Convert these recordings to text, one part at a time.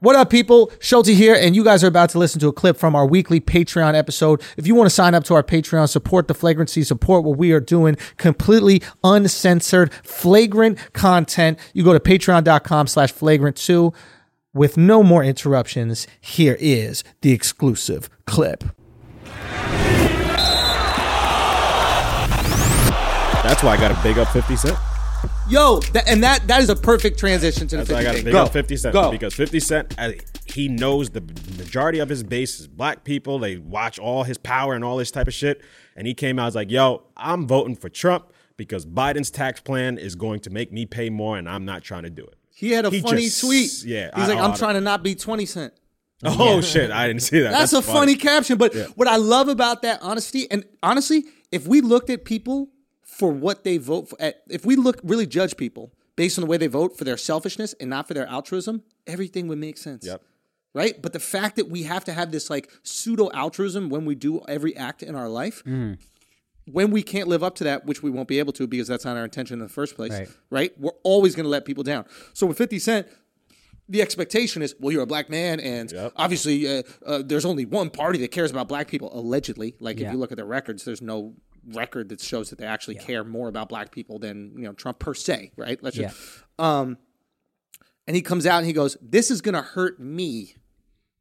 What up, people? Schulte here, and you guys are about to listen to a clip from our weekly Patreon episode. If you want to sign up to our Patreon, support the flagrancy, support what we are doing, completely uncensored, flagrant content, you go to patreon.com slash flagrant two. With no more interruptions, here is the exclusive clip. That's why I got a big up 50 Cent. Yo, tha- and that that is a perfect transition to the That's why 50 I got a thing. big Go. up 50 Cent. Go. Because 50 Cent, I, he knows the majority of his base is black people. They watch all his power and all this type of shit. And he came out and was like, yo, I'm voting for Trump because Biden's tax plan is going to make me pay more and I'm not trying to do it. He had a funny just- tweet. Yeah. He's I- like, oh, I'm I- trying to not be 20 Cent. Oh, shit. I didn't see that. That's, a funny, caption. But what I love about that honesty, and honestly, if we looked at people for what they vote for, at, if we look really judge people based on the way they vote for their selfishness and not for their altruism, everything would make sense. Yep. Right? But the fact that we have to have this like pseudo altruism when we do every act in our life, when we can't live up to that, which we won't be able to because that's not our intention in the first place, right? Right. We're always going to let people down. So with 50 Cent, the expectation is, well, you're a black man, and obviously uh, uh, there's only one party that cares about black people, allegedly. Like if Yeah. you look at their records, there's no record that shows that they actually care more about black people than you know Trump per se, right? Let's just, um, and he comes out and he goes, "This is going to hurt me."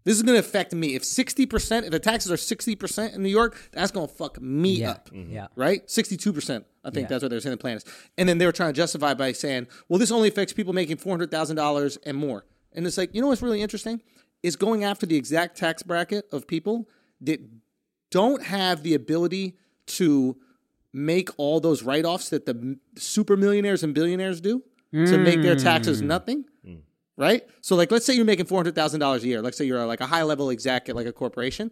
This is going to affect me. If 60%, if the taxes are 60% in New York, that's going to fuck me Yeah. up Yeah. right? 62%. I think Yeah. that's what they were saying the plan is. And then they were trying to justify by saying, well, this only affects people making $400,000 and more. And it's like, you know what's really interesting? Is going after the exact tax bracket of people that don't have the ability to make all those write offs that the m- super millionaires and billionaires do to make their taxes Hmm. nothing. Right? So, like, let's say you're making $400,000 a year. Let's say you're uh, like a high level exec at like a corporation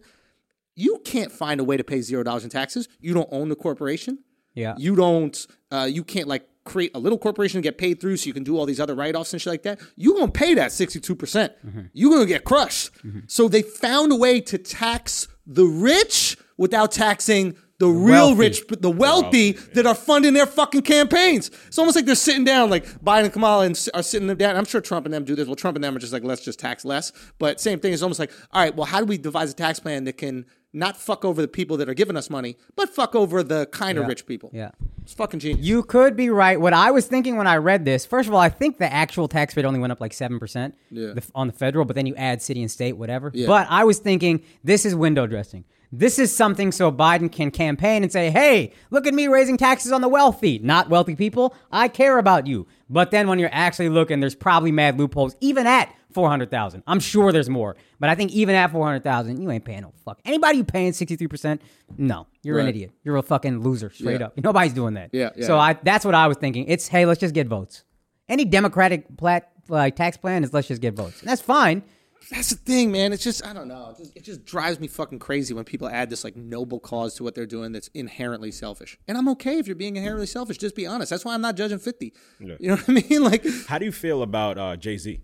you can't find a way to pay zero dollars in taxes. You don't own the corporation. Yeah. You don't. Uh, you can't like create a little corporation to get paid through, so you can do all these other write offs and shit like that. You are gonna pay that sixty two percent. Mm-hmm. You are gonna get crushed. So they found a way to tax the rich without taxing. The real wealthy. rich, the wealthy that are funding their fucking campaigns. It's almost like they're sitting down, like Biden and Kamala and s- are sitting them down. I'm sure Trump and them do this. Well, Trump and them are just like, let's just tax less. But same thing. It's almost like, all right, well, how do we devise a tax plan that can not fuck over the people that are giving us money, but fuck over the kind of rich people? Yeah. It's fucking genius. You could be right. What I was thinking when I read this, first of all, I think the actual tax rate only went up like 7% Yeah. the- on the federal, but then you add city and state, whatever. Yeah. But I was thinking this is window dressing. This is something so Biden can campaign and say, hey, look at me raising taxes on the wealthy, not wealthy people. I care about you. But then when you're actually looking, there's probably mad loopholes, even at 400,000. I'm sure there's more. But I think even at 400,000, you ain't paying no fuck. Anybody who paying 63%, no, you're an Right. idiot. You're a fucking loser, straight Yeah. up. Nobody's doing that. Yeah, yeah, so yeah. I that's what I was thinking. It's hey, let's just get votes. Any Democratic plat, like tax plan is let's just get votes, and that's fine. That's the thing, man. It's just I don't know. It just, it just drives me fucking crazy when people add this like noble cause to what they're doing that's inherently selfish. And I'm okay if you're being inherently selfish. Just be honest. That's why I'm not judging fifty. You know what I mean? Like How do you feel about uh, Jay Z?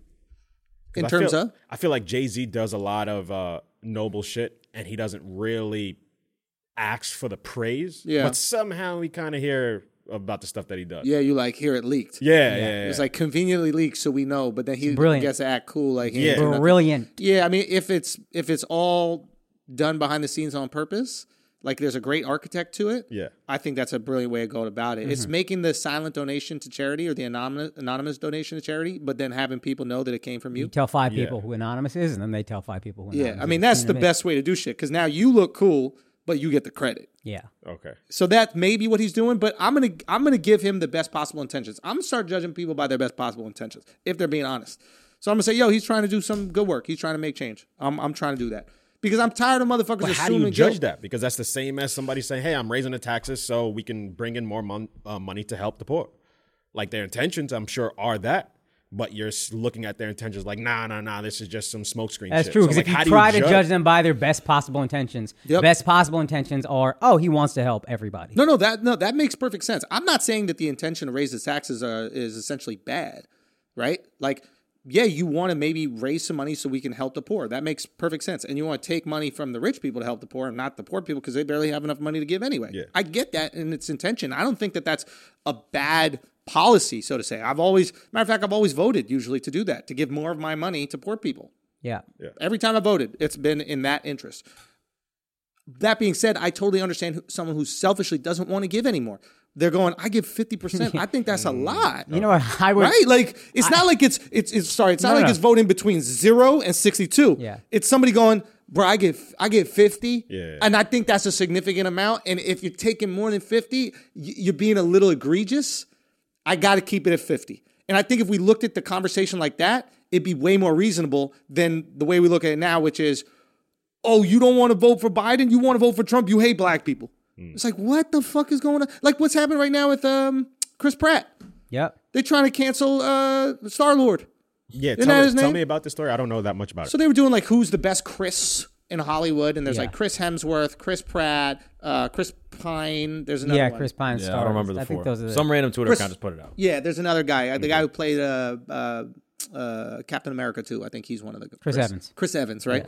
in I terms feel- of I feel like Jay Z does a lot of uh, noble shit, and he doesn't really ask for the praise. Yeah. But somehow we kind of hear about the stuff that he does. yeah, you like hear it leaked. Yeah, yeah, yeah. It's like conveniently leaked, so we know. But then he Brilliant. gets to act cool, like he Yeah. ain't do nothing. Brilliant. Yeah, I mean, if it's if it's all done behind the scenes on purpose, like there's a great architect to it. Yeah. Mm-hmm. I think that's a brilliant way of going about it. It's making the silent donation to charity or the anonymous anonymous donation to charity, but then having people know that it came from you. You tell five people who anonymous is, and then they tell five people who. yeah, anonymous I mean that's is. the best way to do shit because now you look cool, but you get the credit. Yeah, Okay. So that may be what he's doing, but I'm gonna I'm gonna give him the best possible intentions. I'm gonna start judging people by their best possible intentions if they're being honest. So I'm gonna say, yo, he's trying to do some good work. He's trying to make change. I'm I'm trying to do that because I'm tired of motherfuckers But assuming how do you judge guilt. that? Because that's the same as somebody saying, "Hey, I'm raising the taxes so we can bring in more mon- uh, money to help the poor." Like their intentions, I'm sure, are that. But you're s- looking at their intentions like, nah, nah, nah. This is just some smokescreen. that's shit. true. So, Because like, if how you do try to judge them by their best possible intentions, Yep. best possible intentions are, oh, he wants to help everybody. No, no, that no, that makes perfect sense. I'm not saying that the intention to raise the taxes uh, is essentially bad, right? Like, yeah, you want to maybe raise some money so we can help the poor. That makes perfect sense. And you want to take money from the rich people to help the poor and not the poor people because they barely have enough money to give anyway. Yeah. I get that in its intention. I don't think that that's a bad policy, so to say. I've always, matter of fact, I've always voted usually to do that to give more of my money to poor people. Yeah. Every time I voted, it's been in that interest. That being said, I totally understand who- someone who selfishly doesn't want to give anymore. They're going, I give 50%. I think that's a lot. You know what? I would. Right? Like it's not like it's it's, it's sorry, it's not No, like no. it's voting between 0 and 62. Yeah. It's somebody going, "Bro, I get I get 50." Yeah. And I think that's a significant amount and if you're taking more than 50, y- you're being a little egregious. I got to keep it at 50. And I think if we looked at the conversation like that, it'd be way more reasonable than the way we look at it now, which is, oh, you don't want to vote for Biden, you want to vote for Trump, you hate black people. It's like, what the fuck is going on? Like, what's happening right now with um, Chris Pratt? Yep. They're trying to cancel uh, Star Lord. Yeah, that tell, his me, tell name? me about the story. I don't know that much about it. So they were doing like, who's the best Chris in Hollywood? And there's Yeah. like Chris Hemsworth, Chris Pratt, uh, Chris Pine. There's another Yeah, one. Chris Pine. Yeah, Star I don't Wars. remember the I four. think those are the, Some random Twitter Chris- account just put it out. Yeah, there's another guy, uh, the Mm-hmm. guy who played uh, uh, uh, Captain America too. I think he's one of the Chris Evans. Chris Evans, right?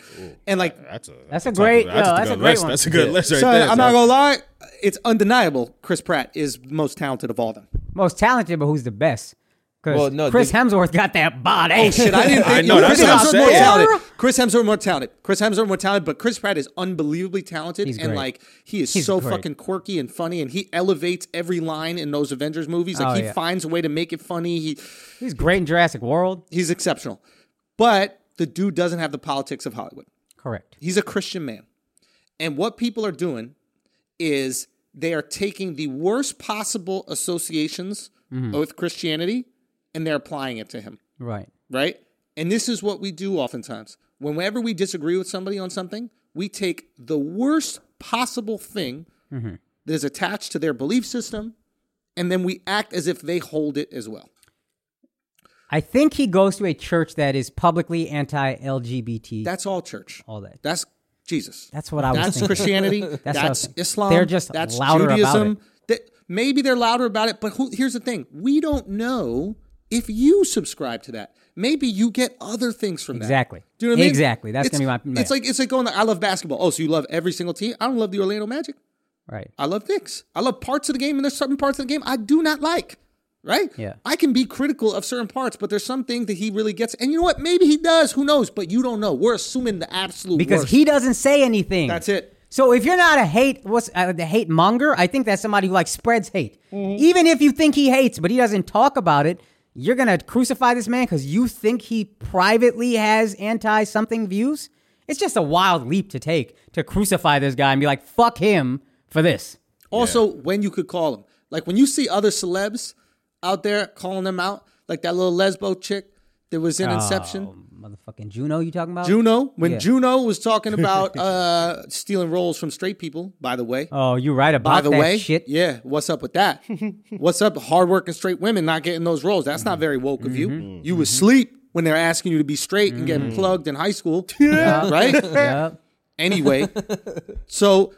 And like, That's a That's a great- That's, yo, that's a good great list. one. That's a good list right so there. I'm not son. gonna lie, it's undeniable. Chris Pratt is most talented of all of them. most talented, but who's the best? Because Well, no, Chris they- Hemsworth got that body. Oh shit! I didn't. Think, I know, that's Chris what I'm Hemsworth more saying. talented. Chris Hemsworth more talented. Chris Hemsworth more talented. But Chris Pratt is unbelievably talented, He's and great. like he is He's so great. fucking quirky and funny, and he elevates every line in those Avengers movies. Like Oh, he yeah. finds a way to make it funny. He He's great in Jurassic World. he's exceptional. But the dude doesn't have the politics of Hollywood. Correct. He's a Christian man. And what people are doing is they are taking the worst possible associations Mm-hmm. with Christianity and they're applying it to him, Right. right? And this is what we do oftentimes. Whenever we disagree with somebody on something, we take the worst possible thing that is attached to their belief system and then we act as if they hold it as well. I think he goes to a church that is publicly anti-LGBT. That's all church. all that. That's Jesus. That's what I was That's thinking. Christianity. what that's I was thinking. Islam. They're just that's louder about Judaism. it. That- maybe they're louder about it, but who, here's the thing: we don't know if you subscribe to that. Maybe you get other things from Exactly. that. Do you know what I mean? Exactly. That's It's- gonna be my- It's like it's like going. I love basketball. Oh, so you love every single team? I don't love the Orlando Magic. right. I love Knicks. I love parts of the game, and there's certain parts of the game I do not like. Right? Yeah. I can be critical of certain parts, but there's some things that he really gets. And you know what? Maybe he does. Who knows? But you don't know. We're assuming the absolute Because worst. he doesn't say anything. That's it. So if you're not a hate, what's uh, the hate monger? I think that's somebody who like spreads hate. Mm-hmm. Even if you think he hates, but he doesn't talk about it, you're gonna crucify this man because you think he privately has anti something views. It's just a wild leap to take to crucify this guy and be like, "Fuck him for this." Also, when you could call them. Like when you see other celebs out there calling them out, like that little Lesbo chick that was in Inception. Motherfucking Juno, you talking about? Juno, when Oh, Yeah. Juno was talking about uh, stealing roles from straight people, by the way. Oh, you right about by the that way, shit. yeah, what's up with that? what's up, hardworking straight women not getting those roles? That's Mm-hmm. not very woke of you. You was sleep when they're asking you to be straight and getting Mm. plugged in high school, right? Yep. Anyway, so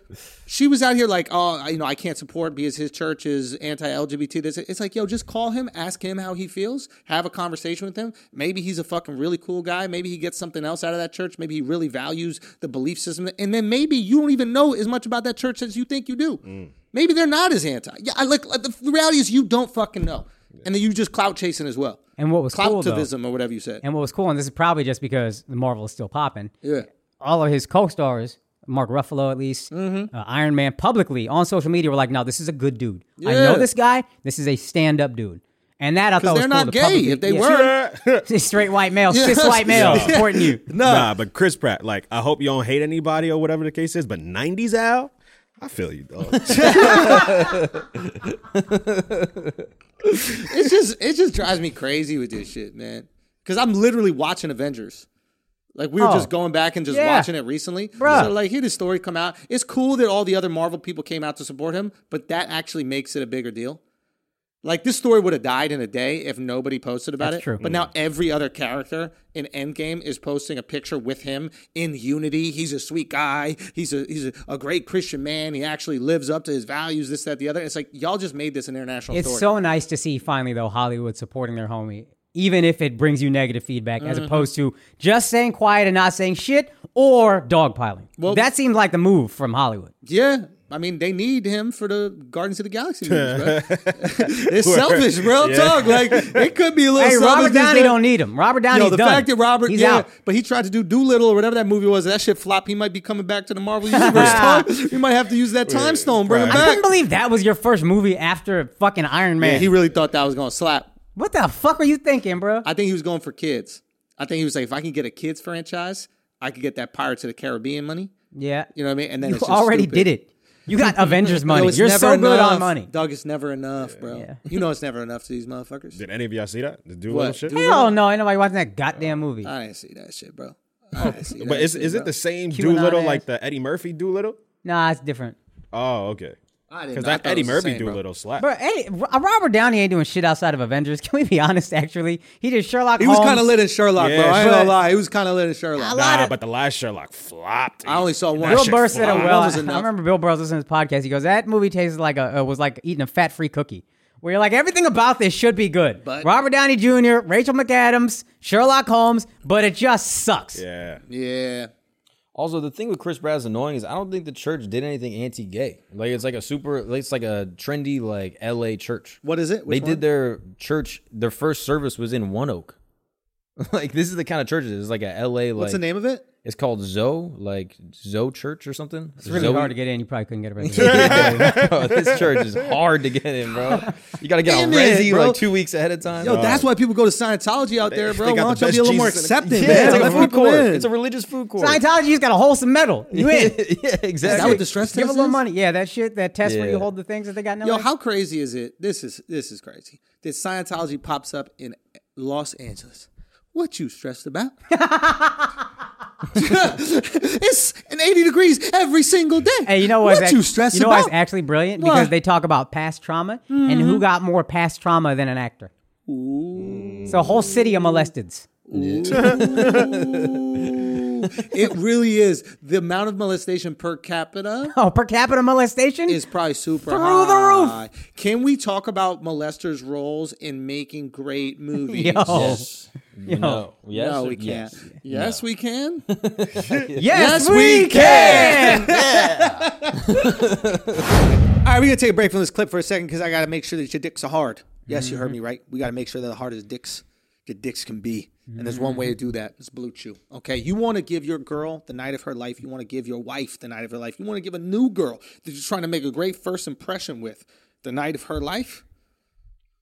she was out here like, oh, I- you know, I can't support because his church is anti-LGBT. This, it's like, yo, just call him, ask him how he feels, have a conversation with him. Maybe he's a fucking really cool guy. Maybe he gets something else out of that church. Maybe he really values the belief system, and then maybe you don't even know as much about that church as you think you do. Maybe they're not as anti. Yeah, I like like, the reality is you don't fucking know, and then you just clout chasing as well. And what was cool though, Cloutivism or whatever you said. and what was cool, and this is probably just because Marvel is still popping. yeah. all of his co-stars, Mark Ruffalo at least, Mm-hmm. uh, Iron Man, publicly on social media were like, "No, this is a good dude. Yeah. I know this guy. This is a stand-up dude." And that I thought They're was Oh, not cool to gay. publicly- If they Yeah, were, straight white male, cis white male Yeah. supporting you. Nah, but Chris Pratt, like, I hope you don't hate anybody or whatever the case is, but 90s Al, I feel you, dog. it's just it just drives me crazy with this shit, man. Because I'm literally watching Avengers. Like we were Oh. just going back and just Yeah. watching it recently. Bruh. So like, hear the story come out. It's cool that all the other Marvel people came out to support him, but that actually makes it a bigger deal. Like this story would have died in a day if nobody posted about That's it. true. But now every other character in Endgame is posting a picture with him in unity. He's a sweet guy. He's a he's a, a great Christian man. He actually lives up to his values. This, that, the other. It's like y'all just made this an international It's story. so nice to see finally though Hollywood supporting their Mm-hmm. homie, even if it brings you negative feedback, as opposed to just saying quiet and not saying shit, or dogpiling. that seemed like the move from Hollywood. Yeah. I mean, they need him for the Guardians of the Galaxy movies, bro. it's selfish, real talk. Like it could be a little. Hey, selfish Robert Downey there. don't need him. Robert Yo, Downey the done. fact that Robert, He's yeah, out. but he tried to do Doolittle or whatever that movie was. That shit flopped. He might be coming back to the Marvel Universe. time. We might have to use that time stone, bring him I back. couldn't believe that was your first movie after fucking Iron Man. Yeah, he really thought that was gonna slap. what the fuck were you thinking, bro? I think he was going for kids. I think he was like, if I can get a kids franchise, I could get that Pirates of the Caribbean money. yeah. You know what I mean? And then You it's just already stupid. did it. You got Avengers Yo, money. it's You're never so good enough. on money. Dog, it's never enough, bro. You know it's never enough to these motherfuckers. Did any of y'all see that? The do What? shit? Do- Hell no, ain't nobody watching that goddamn movie. I didn't see that shit, bro. I didn't see Oh, But that is shit, is it bro. the same Q and Doolittle I like ass. the Eddie Murphy Doolittle? Nah, it's different. Oh, okay. I didn't Because know. I that thought it Eddie was the Murphy same, bro. Doolittle slap. Bro, hey, Ro- Robert Downey ain't doing shit outside of Avengers. Can we be honest? Actually, he did Sherlock. He was Holmes. kind of lit in Sherlock, Yeah, bro. I ain't but- gonna lie. He was kind of lit in Sherlock. Um, I lot Nah, of- but the last Sherlock flopped. I only saw one. That Bill shit Burr said it fly. well. That was enough. I remember Bill Burr was listening to his podcast. He goes, "That movie tastes like a uh, was like eating a fat-free cookie." Where you're like, everything about this should be good. But- Robert Downey Jr., Rachel McAdams, Sherlock Holmes, but it just sucks. Yeah. Yeah. Also, the thing with Chris Pratt is annoying is I don't think the church did anything anti-gay. Like it's like a super, it's like a trendy like L.A. church. What is it? they Which one? did their church. Their first service was in One Oak. like this is the kind of church it is. It's like a L.A. Like What's the name of it? It's called Zoe, like Zoe Church or something. It's really hard to get in. You probably couldn't get a reservation. bro, this church is hard to get in, bro. You got to get Damn on it, Resi bro. like two weeks ahead of time. uh, Yo, that's why people go to Scientology out there, bro. they Why got don't the y'all be a little best more Jesus in the- accepting, yeah, man? it's like a Let food people court. in. It's a religious food court. Scientology's got a wholesome medal. You in? yeah, Is that exactly. what the stress Give a test little is? money. Yeah, that shit, that test where you Yeah. hold the things that they got. in Yo, LA. how crazy is it? This is this is crazy. That Scientology pops up in Los Angeles. What you stressed about? it's an 80 degrees every single day. Hey, you know what's What act- you stressed you know about? what's actually brilliant What? Mm-hmm. because they talk about past trauma and who got more past trauma than an actor. It's a whole city of molesteds. it really is. The amount of molestation per capita Oh, per capita molestation. is probably super Through the roof. high. Can we talk about molesters' roles in making great movies? Yo, Yes. No. Yes. No, or- we can't. yes. Yes, we can. yes, Yes, we, we can. All right, we're gonna take a break from this clip for a second because I gotta make sure that your dicks are hard. Yes, you heard me right. We gotta make sure that the hardest dicks your dicks can be. And there's one way to do that. It's blue chew. Okay. You wanna give your girl the night of her life. You wanna give your wife the night of her life. You wanna give a new girl that you're trying to make a great first impression with the night of her life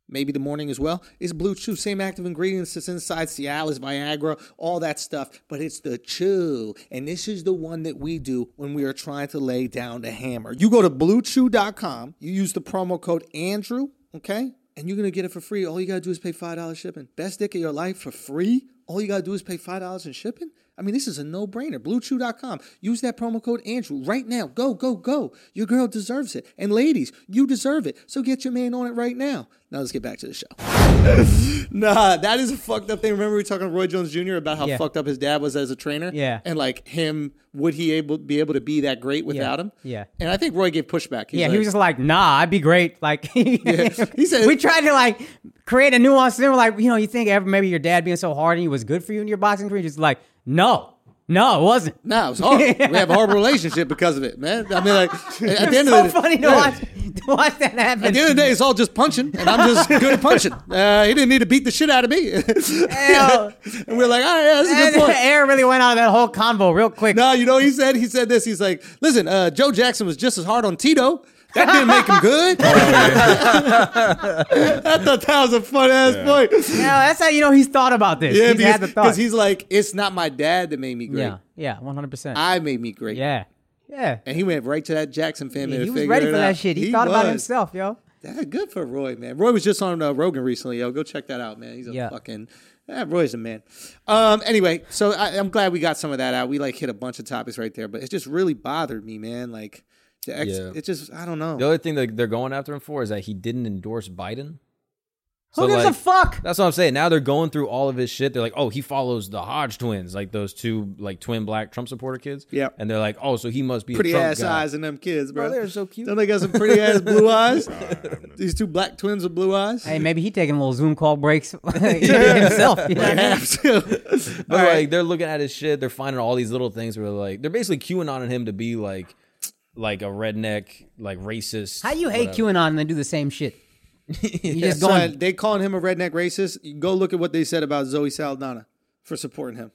maybe the morning as well, is Blue Chew. Same active ingredients that's inside Cialis, Viagra, all that stuff, but it's the chew. And this is the one that we do when we are trying to lay down the hammer. You go to bluechew.com, you use the promo code Andrew, okay? And you're gonna get it for free. All you gotta do is pay $5 shipping. Best dick of your life for free? All you gotta do is pay $5 in shipping? I mean, this is a no brainer. BlueChew.com. Use that promo code Andrew right now. Go, go, go. Your girl deserves it. And ladies, you deserve it. So get your man on it right now. Now let's get back to the show. nah, that is a fucked up thing. Remember we were talking to Roy Jones Jr. about how Yeah. fucked up his dad was as a trainer? Yeah. And like him, would he able be able to be that great without him? Yeah. And I think Roy gave pushback. He's Yeah, like, he was just like, nah, I'd be great. Like, He said- we tried to like create a nuance. And they were like, you know, you think ever maybe your dad being so hard and he was good for you in your boxing career? Just like, no, no, it wasn't. nah, it was hard. We have a horrible relationship because of it, man. I mean, like, at the end It's of so the funny to Yeah. watch to watch that happen. At the end of the day, it's all just punching, and I'm just good at punching. Uh, he didn't need to beat the shit out of me. and we're like, all right, yeah, that's a And good point. the air really went out of that whole convo real quick. No, you know what he said? He said this. He's like, listen, uh, Joe Jackson was just as hard on Tito. That didn't make him good. I thought that was a fun ass point. Yeah, that's how you know he's thought about this. Yeah, he's had the because thought. 'cause he's like, it's not my dad that made me great. yeah, yeah, one hundred percent. I made me great. Yeah, yeah. And he went right to that Jackson family. he to was figure ready it for that out. shit. He, thought about was. himself, yo. That's good for Roy, man. Roy was just on uh, Rogan recently. Yo, go check that out, man. He's a Yeah. fucking. eh, Roy's a man. Um, anyway, so I, I'm glad we got some of that out. We like hit a bunch of topics right there, but it just really bothered me, man. Like, the ex, Yeah. it just I don't know. The other thing that they're going after him for is that he didn't endorse Biden. Who gives a like, fuck? That's what I'm saying. Now they're going through all of his shit. They're like, oh, he follows the Hodge twins, like those two like twin black Trump supporter kids. Yep. And they're like, oh, so he must be pretty a Trump ass guy. eyes in them kids, bro. they're so cute. Don't they got some pretty ass blue eyes? These two black twins with blue eyes. Hey, maybe he taking little Zoom call breaks himself. You know what I mean? Have to. But All right. like they're looking at his shit, they're finding all these little things where like they're basically queuing on him to be like like a redneck, like racist. How you hate QAnon and then do the same shit? You just Son, going. they calling him a redneck racist. You go look at what they said about Zoe Saldana for supporting him.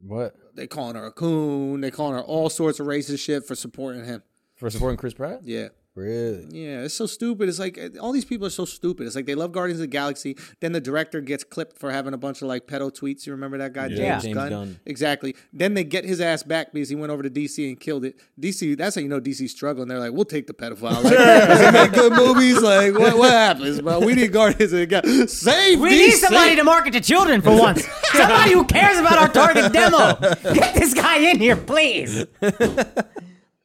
what They calling her a coon. They calling her all sorts of racist shit for supporting him. for supporting Chris Pratt? Yeah. Really? Yeah, it's so stupid. It's like eh, all these people are so stupid. It's like they love Guardians of the Galaxy. Then the director gets clipped for having a bunch of like pedo tweets. You remember that guy, Yeah. James, James Gunn? Gunn. Exactly. Then they get his ass back because he went over to DC and killed it. DC, that's how you know DC's struggling. They're like, we'll take the pedophile. Like, does he make good movies? Like, what, what happens, bro? We need Guardians of the Galaxy. Save We DC. need somebody to market to children for once. somebody who cares about our target demo. Get this guy in here, please.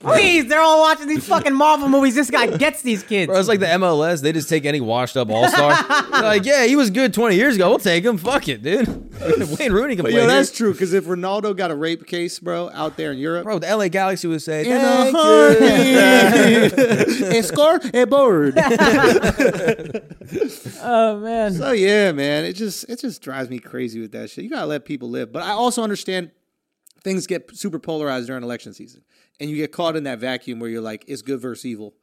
Please, they're all watching these fucking Marvel movies. This guy gets these kids. Bro, it's like the MLS. They just take any washed up all star. like, yeah, he was good 20 years ago. We'll take him. Fuck it, dude. Wayne Rooney can But play. yo, here. that's true. Because if Ronaldo got a rape case, bro, out there in Europe, Bro, the LA Galaxy would say, in a "Thank you." hurry, a score, a board. oh man. So yeah, man, it just it just drives me crazy with that shit. You gotta let people live, but I also understand things get super polarized during election season, and you get caught in that vacuum where you're like, it's good versus evil,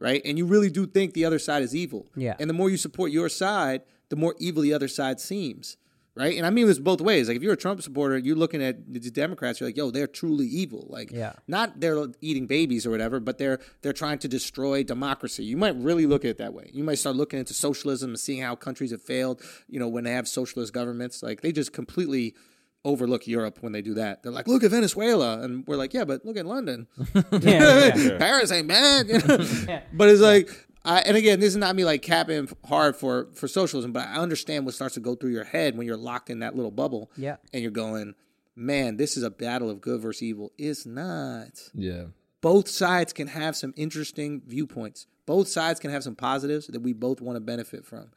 right? And you really do think the other side is evil. Mm-hmm. Yeah. And the more you support your side, the more evil the other side seems. Right, and I mean this both ways. Like, if you're a Trump supporter, you're looking at the Democrats. You're like, "Yo, they're truly evil. Like, Yeah. not they're eating babies or whatever, but they're they're trying to destroy democracy. You might really look at it that way. You might start looking into socialism and seeing how countries have failed. You know, when they have socialist governments, like they just completely overlook Europe when they do that. They're like, look at Venezuela, and we're like, yeah, but look at London. Yeah, yeah. Paris ain't bad. you know? But it's like, I, and again, this is not me like capping hard for for socialism, but I understand what starts to go through your head when you're locked in that little bubble. Yeah. and you're going. Man, this is a battle of good versus evil. It's not Yeah. both sides can have some interesting viewpoints. Both sides can have some positives that we both want to benefit from.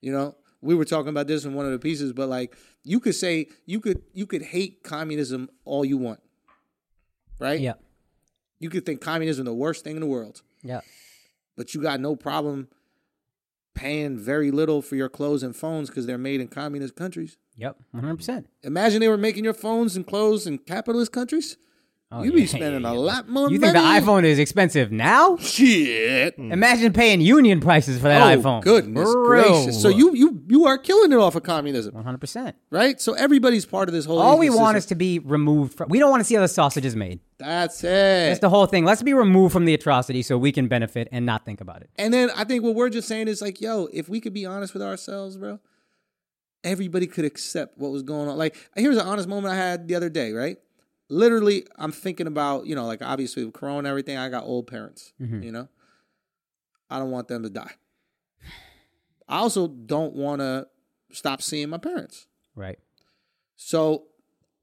You know, we were talking about this in one of the pieces, but like you could say you could you could hate communism all you want. Right? Yeah. You could think communism the worst thing in the world, Yeah. but you got no problem paying very little for your clothes and phones because they're made in communist countries. Yep. One hundred percent. Imagine they were making your phones and clothes in capitalist countries. You'd be Oh, yeah, spending yeah, a yeah. lot more You think money. the iPhone is expensive now? Shit. Imagine paying union prices for that oh, iPhone. Goodness Bro. gracious! So you you you are killing it off of communism, One hundred percent. right? So everybody's part of this whole. All we evil want is system. to be removed from. We don't want to see how the sausage is made. that's it. That's the whole thing. Let's be removed from the atrocity so we can benefit and not think about it. and then I think what we're just saying is like, yo, if we could be honest with ourselves, bro, everybody could accept what was going on. Like, here's an honest moment I had the other day, right? Literally, I'm thinking about you know, like obviously with Corona and everything. I got old parents, you know. I don't want them to die. I also don't want to stop seeing my parents. Right. So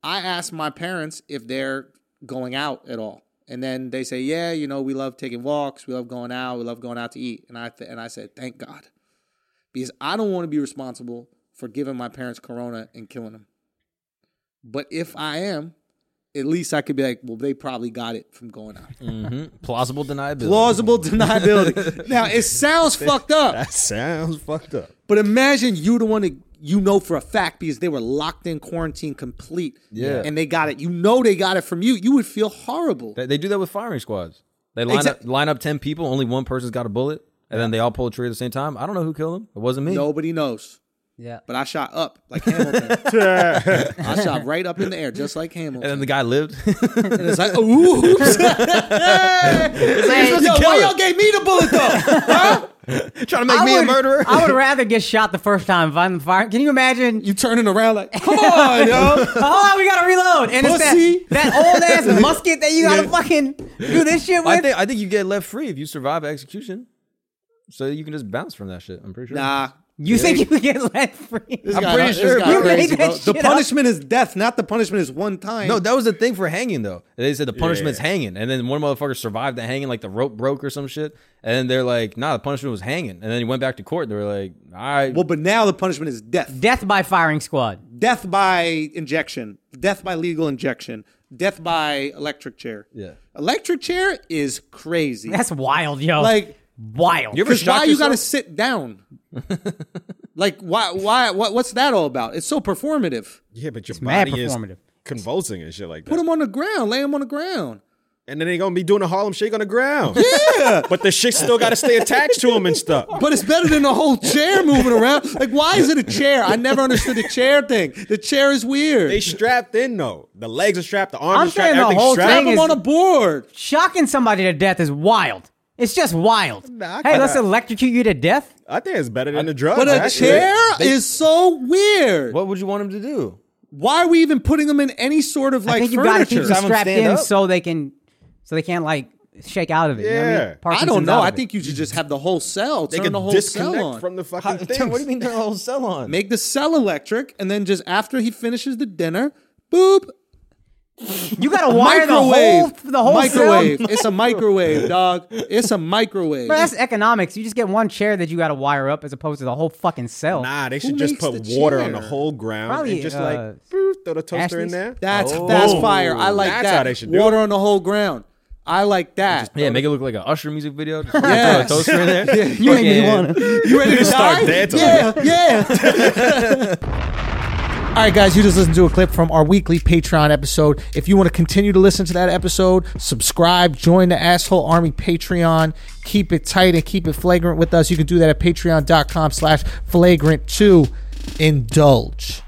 I asked my parents if they're going out at all. And then they say, "Yeah, you know, we love taking walks, we love going out, we love going out to eat." And I th- and I said, "Thank God." Because I don't want to be responsible for giving my parents corona and killing them. But if I am, at least I could be like, "Well, they probably got it from going out." Plausible deniability. Plausible deniability. now, it sounds fucked up. That sounds fucked up. But imagine you the one that you know for a fact because they were locked in quarantine complete. Yeah. And they got it. You know they got it from you. You would feel horrible. They, they do that with firing squads. They line Exact- up line up ten people. Only one person's got a bullet, and then they all pull a trigger at the same time. I don't know who killed him. It wasn't me. Nobody knows. Yeah. But I shot up like Hamilton. I shot right up in the air, just like And Hamilton. then the guy lived. And it's like, oops. supposed to Yo, kill why it. y'all gave me the bullet though? Trying to make I me would- a murderer. I would rather get shot the first time. Find the fire. Can you imagine? you turning around like, come on, yo. Oh, we gotta reload. And it's Pussy. that, that old ass musket that you gotta fucking do this shit I with. think I think you get left free if you survive execution. So you can just bounce from that shit. I'm pretty sure. Nah, You think you would get let free? This I'm guy- pretty this sure guy you made crazy, that bro. The shit up. punishment is death, not the punishment is one time. No, that was the thing for hanging though. They said the punishment's yeah. hanging, and then one motherfucker survived the hanging, like the rope broke or some shit. And then they're like, "Nah, the punishment was hanging." And then he went back to court. and They were like, "All right, well, but now the punishment is death. Death by firing squad. death by injection, death by legal injection, death by electric chair. Yeah. Electric chair is crazy. That's wild, yo. Like- wild. You ever Because shocked why you got to yourself? sit down? like why why what, what's that all about? It's so performative. Yeah, but your mad body is performative. convulsing and shit like that. Put him on the ground, lay him on the ground. and then they gonna be doing a Harlem Shake on the ground. Yeah, but the shit still gotta stay attached to him and stuff. But it's better than the whole chair moving around. Like why is it a chair? I never understood the chair thing. The chair is weird. They strapped in though. The legs are strapped. The arms I'm are strapped. saying the Everything's whole strapped. Strap thing him is- on a board. Shocking somebody to death is wild. It's just wild. Nah, I hey, let's cannot- electrocute you to death? I think it's better than the drugs. But a actually. chair is so weird. what would you want him to do?" Why are we even putting them in any sort of I like think you gotta furniture? keep them Have 'em strapped stand in up. so they can so they can't like shake out of it. You know what I mean? Yeah. I Parkinson's don't know. out I of it. think you should just have the whole cell. They turn could the whole cell disconnect on. from the How, fucking what thing. do you mean turn the whole cell on? Make the cell electric, and then just after he finishes the dinner, boop, you gotta wire the whole microwave. the whole microwave. cell. It's a microwave, dog. It's a microwave. Bro, that's economics. You just get one chair that you gotta wire up as opposed to the whole fucking cell. Nah, they Who should just makes the put water on the chair? whole ground Probably, and just uh, like boop, throw the toaster in Ashley's? there. That's Oh. that's fire. I like That's that. how they should do Water it. on the whole ground. I like that. yeah, make it look like an Usher music video. Just Yes. throw a toaster in there. you make me Fucking- wanna. You ready to start die? dancing. Yeah, yeah. All right, guys, you just listened to a clip from our weekly Patreon episode. If you want to continue to listen to that episode, subscribe, join the Asshole Army Patreon. Keep it tight and keep it flagrant with us. You can do that at patreon.com slash flagrant to indulge.